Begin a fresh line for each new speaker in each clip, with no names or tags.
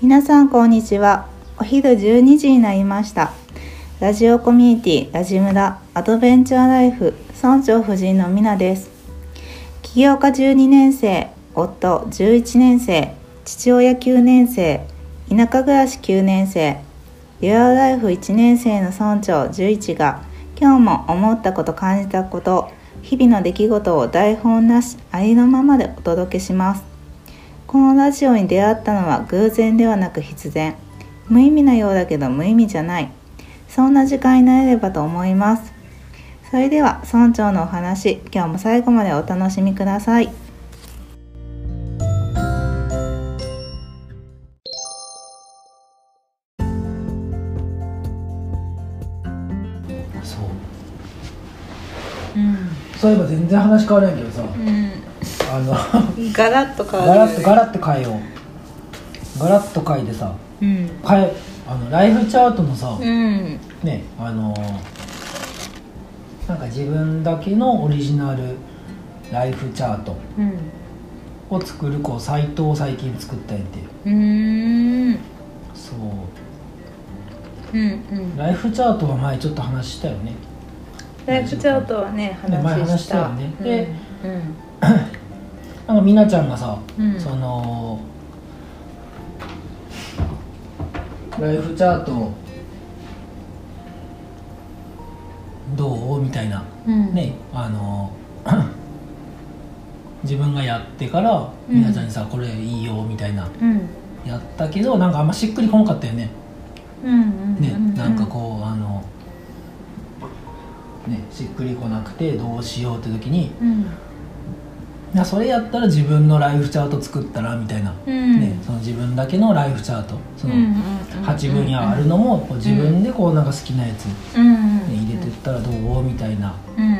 皆さんこんにちはお昼12時になりましたラジオコミュニティラジムラアドベンチャーライフ村長夫人のみなです起業家12年生夫11年生父親9年生田舎暮らし9年生デュアルライフ1年生の村長11が今日も思ったこと感じたこと日々の出来事を台本なしありのままでお届けしますこのラジオに出会ったのは偶然ではなく必然無意味なようだけど無意味じゃないそんな時間になれればと思いますそれでは村長のお話今日も最後までお楽しみください
そう
うん
そういえば全然話変わらないけどさ
う
あの
んガラッと変
ガラッとガラッと変えようガラッと変えてさ
うん
変えあのライフチャートのさ、
うん
ねあのなんか自分だけのオリジナルライフチャート
うん
を作るこうサイトを最近作ったんやて
うん
そう
うん
ライフチャートは前ちょっと話したよね
ライフチャートはね
ね前
話
話
し
した
た
よねで
うん
なんかみなちゃんがさ、
うん
そのライフチャートどうみたいな
うん
ねあの 自分がやってから
うん
みなちゃんにさ、これいいよみたいな
うん
やったけどなんかあんましっくりこなかったよね
うん
ね、なんかこうあのねしっくりこなくてどうしようって時に
うん
いやそれやったら自分のライフチャート作ったらみたいな、
うん
ね、その自分だけのライフチャートその
うんうんうん
8分野あるのもこう自分でこうなんか好きなやつ、ね、
うんうん
入れてったらどうみたいな
うん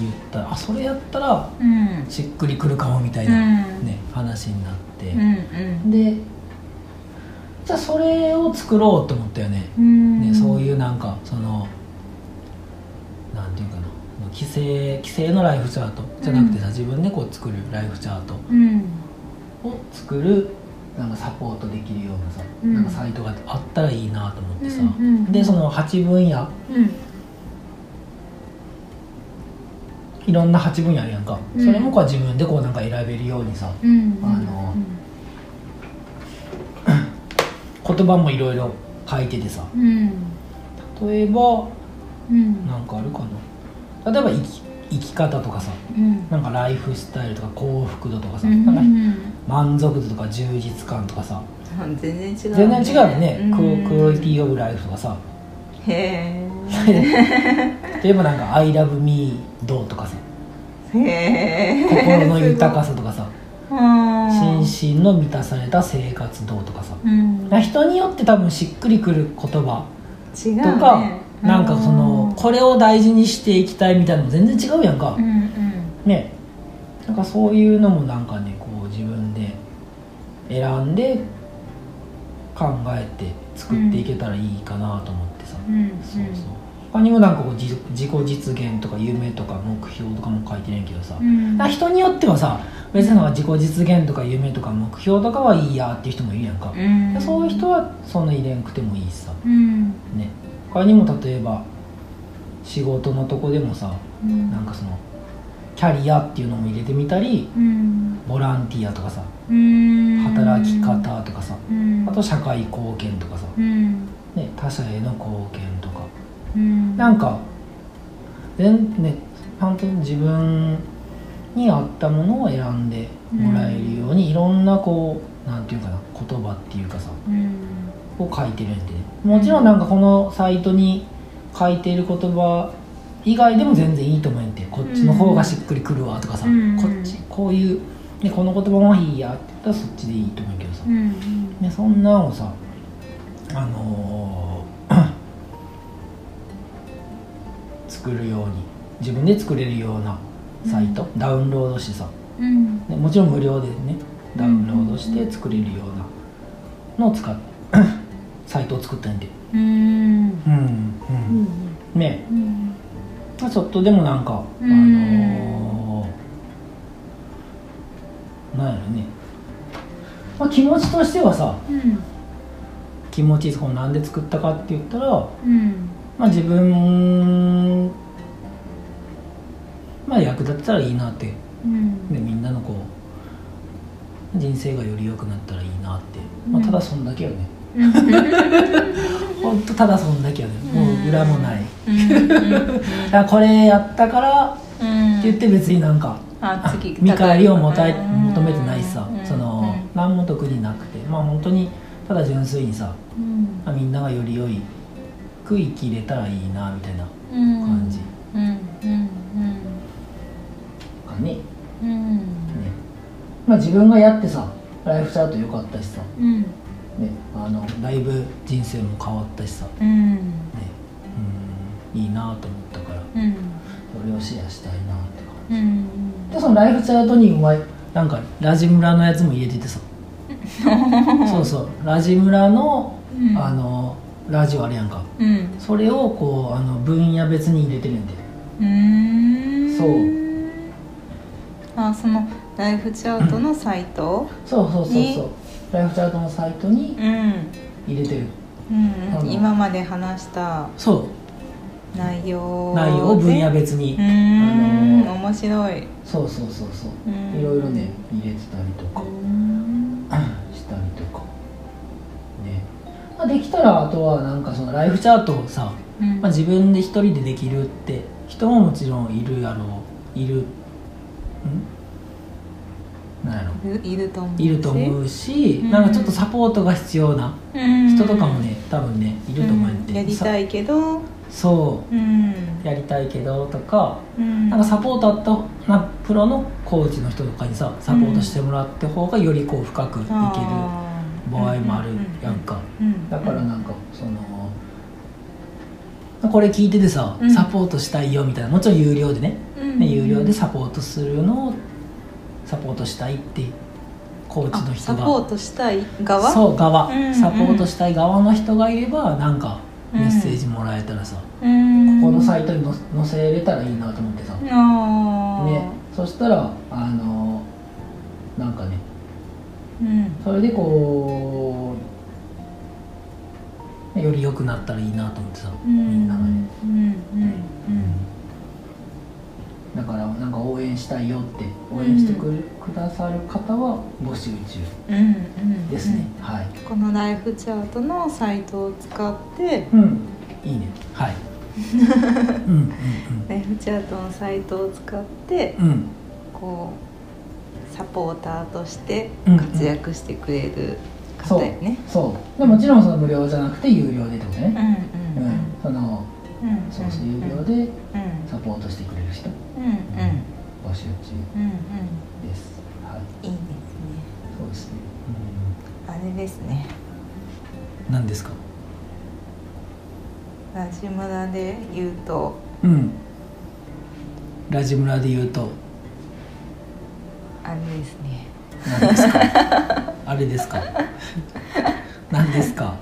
言ったらあそれやったら
うん
しっくりくるかもみたい
うん
な、ね、話になっ
うんう
て、
ん
でじゃあそれを作ろうと思ったよね,、
うん
ねそういううなんかそのなんていうかな規制規制のライフチャートじゃなくてさ、自分でこう作るライフチャート
うん
を作るなんかサポートできるようなさ、
うん
なんかサイトがあったらいいなと思ってさ、
うんうんうん
でその8分野
うん
いろんな8分野あるやんか、
うん
それもこう自分でこうなんか選べるようにさ
うん
あの言葉もいろいろ書いててさ
うん
例えば
うん
なんかあるかな例えば生き生き方とかさ
うん
なんかライフスタイルとか幸福度とかさ、
うん
なんか
うん
満足度とか充実感とかさ
あ全然違う
全然違うよね、クオクオリテ
ィ
ィオブライフとかさ
へ
例えばなんか「ILOVEME どう?」とかさ
えへえ
心の豊かさとかさ
うん
心身の満たされた生活どうとかさ
うん
人によって多分しっくりくる言葉
違うね
とか、なんかそのこれを大事にしていきたいみたいなのも全然違うやんか、
うん
ねなんかそういうのもなんかねこう自分で選んで考えて作っていけたらいいかなと思ってさ、
うんうん
そうそう他にもなんかこう自自己実現とか夢とか目標とかも書いてないけどさ、
うん
なんか人によってはさ別になんか自己実現とか夢とか目標とかはいいやっていう人もいるやんか、
うん
そういう人はそんな入れんくてもいいしさ
うん
ね他にも例えば仕事のとこでもさ
うん
なんかそのキャリアっていうのも入れてみたり
うん
ボランティアとかさ
うん
働き方とかさ
うん
あと社会貢献とかさ、
うん
ね、他者への貢献とか
うん
なんか全ね本当に自分に合ったものを選んでもらえるように、いろんなこうなんていうかな言葉っていうかさ
うん
を書いてるんで、ね、もちろんなんかこのサイトに書いている言葉以外でも全然いいと思うんでこっちの方がしっくりくるわとかさ、
うん
こっちこういう、ね、この言葉もいいやって言ったらそっちでいいと思うけどさ、
うん
ね、そんなのをさあのー 作るように自分で作れるようなサイト、ダウンロードしてさ、
うん
ね、もちろん無料でねダウンロードして作れるようなのを使っ サイトを作ったんで
うん
うん
う
うんんね
うん
ちょっとでもなんかあ
うん
のーなんやろね、まあ、気持ちとしてはさ
うん
気持ちいいですこれなんで作ったかって言ったら、
うん
まあ、自分、まあ、役立てたらいいなって
うん
でみんなのこう人生がより良くなったらいいなって、まあ、
うん
ただそんだけよね
うん
ほんとただそんだけよねもう裏もない
うん
あこれやったから
うん
って言って別になんか
あ
あ
次
見返りをもたい
うん
求めてないしさ
うん
その
うん
何も特になくてまあ本当にただ純粋にさ
うん
あみんながより良いく生きれたらいいなみたいな
うん
感じ
うんうん
かねね
うんうん
まあ自分がやってさライフチャート良かったしさ、ね、
うん
あのだいぶ人生も変わったしさ
うん
ね、うんいいなと思ったから
うん
それをシェアしたいなって感
うん
じでそのライフチャートにお前なんかラジムラのやつも入れててさそうそうラジムラの
うん
あのラジオあれやんか
うん
それをこうあの分野別に入れてるんで
うーん
そう
あそのライフチャートのサイト
そうそうそう
ね
そうライフチャートのサイトに
うん、
入れてる
うん
あの
今まで話した
そ
内容
う内容を分野別に
うーん、
あの
面白い
そうそうそうそう
うん
いろいろね入れてたりと か
うん
したりとかねまあできたらあとはなんかそのライフチャートをさ、
うん
まあ、自分で一人でできるって人ももちろんいるやろういるんなんやろ
いるいると思うし
いると思うし、
うん
なんかちょっとサポートが必要な
うん
人とかもね、多分ねいると思うんで、
うんやりた
い
いけど
そ
うん
うやりたいけどとか
うん
なんかサポーターとなプロのコーチの人とかにさサポートしてもらった方がよりこう深くいける場
あー
合もあるやんか、
うんうんうん
だからなんかそのこれ聞いててさ
うん
サポートしたいよみたいなもちろん有料でね
うん
ね有料でサポートするのをサポートしたいってコーチの
あ
人
サポ
が
ートしたい側
そう側、
うんうん
サポートしたい側の人がいればなんか
うん
メッセージもらえたらさ、
うん
このサイトにの載せれたらいいなと思ってさ、
あー
ね、そしたらあのなんかね
うん
それでこうより良くなったらいいなと思ってさ、
う
みんながね、
うんうん
だからなんか応援したいよって応援してく,、くださる方は募集中
うんうんうん
ですね、はい、
このライフチャートのサイトを使って
うん、いいねはい うんうん
ライフチャートのサイトを使って
うんうん
こうサポーターとして
うん
活躍してくれる
そ
方
う
よね。
そうでもちろんその無料じゃなくて有料でってこと
うんう
ね、
ん
う
うんん
その
うんうん
そうそう有料で
うん
サポートしてくれる人
うんうん
募集中
うんうん
ですはい
いいですね。
そうですね、
あれですね。
うん、何ですか
ラジムラで言うと
うんラジ村で言うと
あれですね。
何です かあれですか何ですか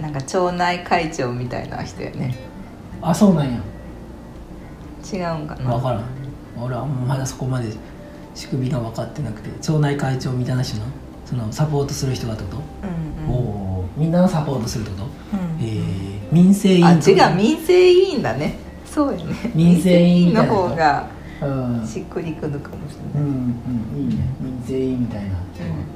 なんか町内会長みたいな人よね。
あそうなんや
違うんかな。
分からん俺はまだそこまで仕組みが分かってなくて町内会長みたいな人なそのサポートする人がってこと、
うん
お
うん。
おーみんなのサポートするってこと、
うん
えー民生委員
あ
と
違う民生委員だねそうよね
民生委員
民生委
みたいな
の方が
うん
しっくりくるかもし
う
れ
ん
ない
うんいいね民生委員みたいな、
うん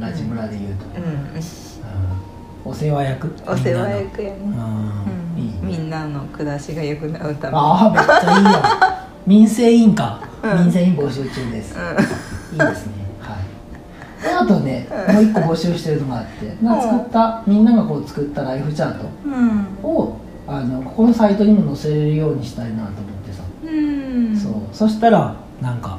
ラジ村で言うと、
うん、
うんお世話役
お世話役やね
みんなの
う
うん
ん、
いいね
みんなの暮らしが良くなるため
ああめっちゃい いやん民生委員か、民生委員募集中です、いいですねはいであとね、もう一個募集してるのがあってな
うん
作ったみんながこう作ったライフチャー
うん
トをあのここのサイトにも載せれるようにしたいなと思ってさ、
うん
そうそしたらなんか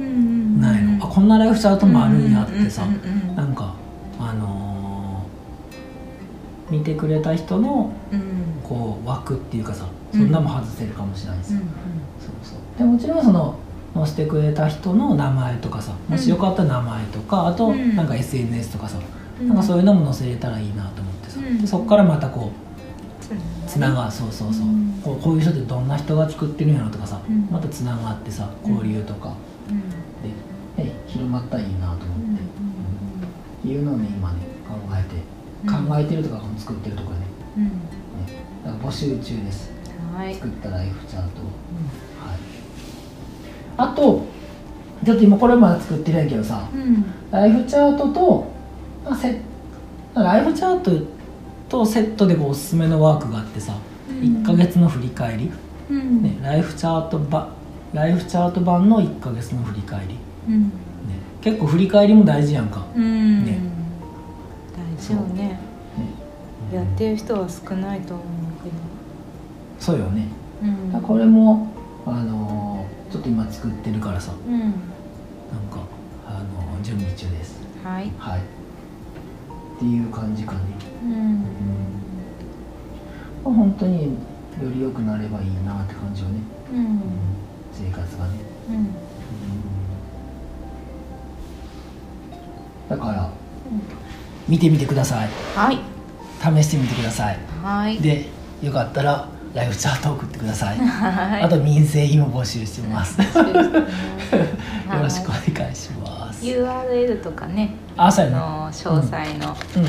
うんうん
ないの、あこんなライフチャートもあるんやってさ、
うんうんうん
なんかあのー見てくれた人の
うん
こう枠っていうかさ
う
そ
ん
んなも外せるかもしれないです、
うん
そうそうでもちろんその載せてくれた人の名前とかさもしよかったら名前とか、あと
うん
なんか SNS とかさ、
うん
なんかそういうのも載せれたらいいなと思ってさ、
うん
でそこからまたこう
つ
つながそうそうそう、
うん
こうこういう人ってどんな人が作ってるんやろとかさ、
うん
またつながってさ交流とか
うん
で、ね広まったらいい
う
なと思
ん
って、いうのをね今ね考えてえてるとか作ってるとかね
うん
だから募集中です
はい
作ったライフチャートをはいあとちょっと今これまだ作ってないけどさ
うん
ライフチャートと、まあ、セライフチャートとセットでこうおすすめのワークがあってさ1ヶ月の振り返り、
うん
ね、ライフチャートばライフチャート版の1ヶ月の振り返り、ね、
うん
結構振り返りも大事やんか、
うん
ね
大事よね
ね
やってる人は少ないと思うけど
そうよね
うん
これもあのーちょっと今作ってるからさ
うん
なんかあのー準備中です
はい
はいっていう感じかね
うん
まあ本当により良くなればいいなって感じよね、
う
うん
ん
生活がね、
うん
だから見てみてください
はい
試してみてください
はい
でよかったらライフチャート送ってください、
はい
あと民生委員も募集し てます、よ
よ
ろしくお願いします、
URL とかね
あそう
あ
やな
の詳細の、
うん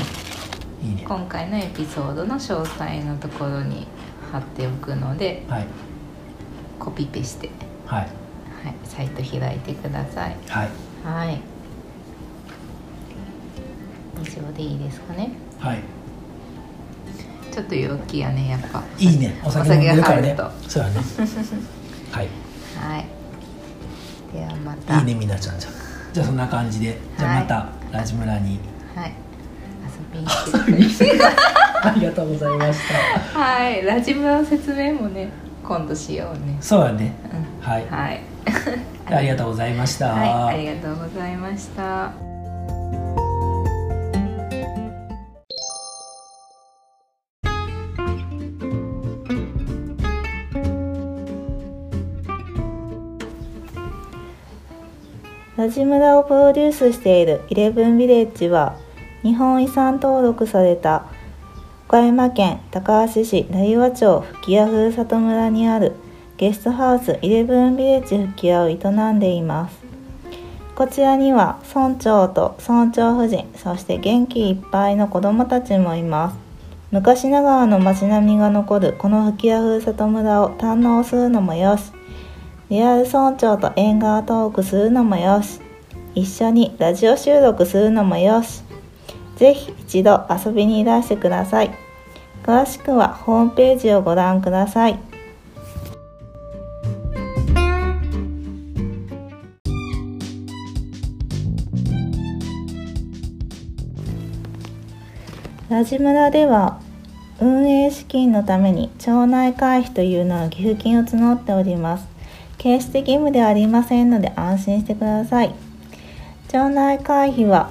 いいね
今回のエピソードの詳細のところに貼っておくので
はい
コピペして、
はい
はい、サイト開いてください
はい
はい以上でいいですかね
はい
ちょっと陽気やねやっぱ
いいねお酒
お
飲ん
酒
でるから
が入
ね
ると
そう やねはい
はいではまた
いいねみなちゃんじゃんじゃあそんな感じでじゃあまたラジムラ に
はい遊びに来て
遊び に来てくださいありがとうございました
はいラジムの説明もね今度しようね
そうやね
う
はい
んはい
ありがとうございました、
はい、ありがとうございました。
ラジムラをプロデュースしているイレブンビレッジは日本遺産登録された岡山県高梁市成和町吹屋ふるさと村にあるゲストハウスイレブンビレッジ吹屋を営んでいますこちらには村長と村長夫人そして元気いっぱいの子どもたちもいます昔ながらの街並みが残るこの吹屋ふるさと村を堪能するのもよしリアル村長と縁側トークするのもよし一緒にラジオ収録するのもよしぜひ一度遊びにいらしてください詳しくはホームページをご覧くださいラジムラでは運営資金のために町内会費というのの寄付金を募っております決して義務ではありませんので安心してください町内会費は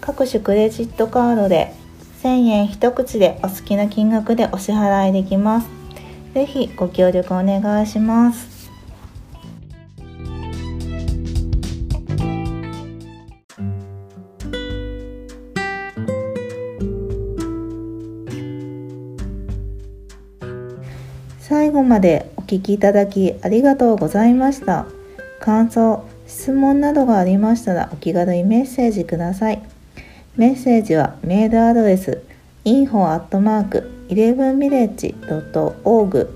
各種クレジットカードで1000円一口でお好きな金額でお支払いできますぜひご協力お願いします最後までお聞きいただきありがとうございました。感想、質問などがありましたらお気軽にメッセージください。メッセージはメールアドレス info.11village.org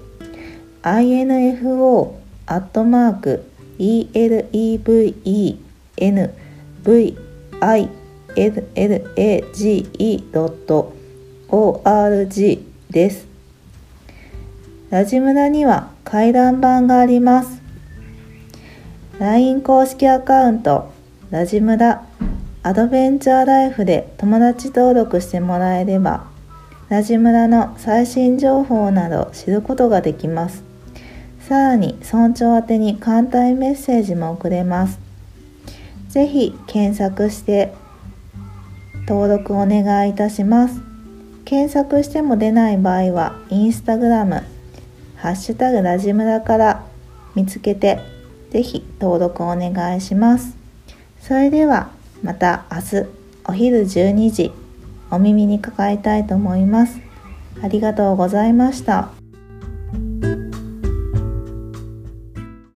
info.elevillage.org です。ラジムラには回覧板があります。LINE 公式アカウント、ラジムラアドベンチャーライフで友達登録してもらえれば、ラジムラの最新情報など知ることができます。さらに、村長宛てに簡単メッセージも送れます。ぜひ検索して登録お願いいたします。検索しても出ない場合は、インスタグラム、ハッシュタグラジムラから見つけて、ぜひ登録お願いします。それでは、また明日お昼12時、お耳にかかりたいと思います。ありがとうございました。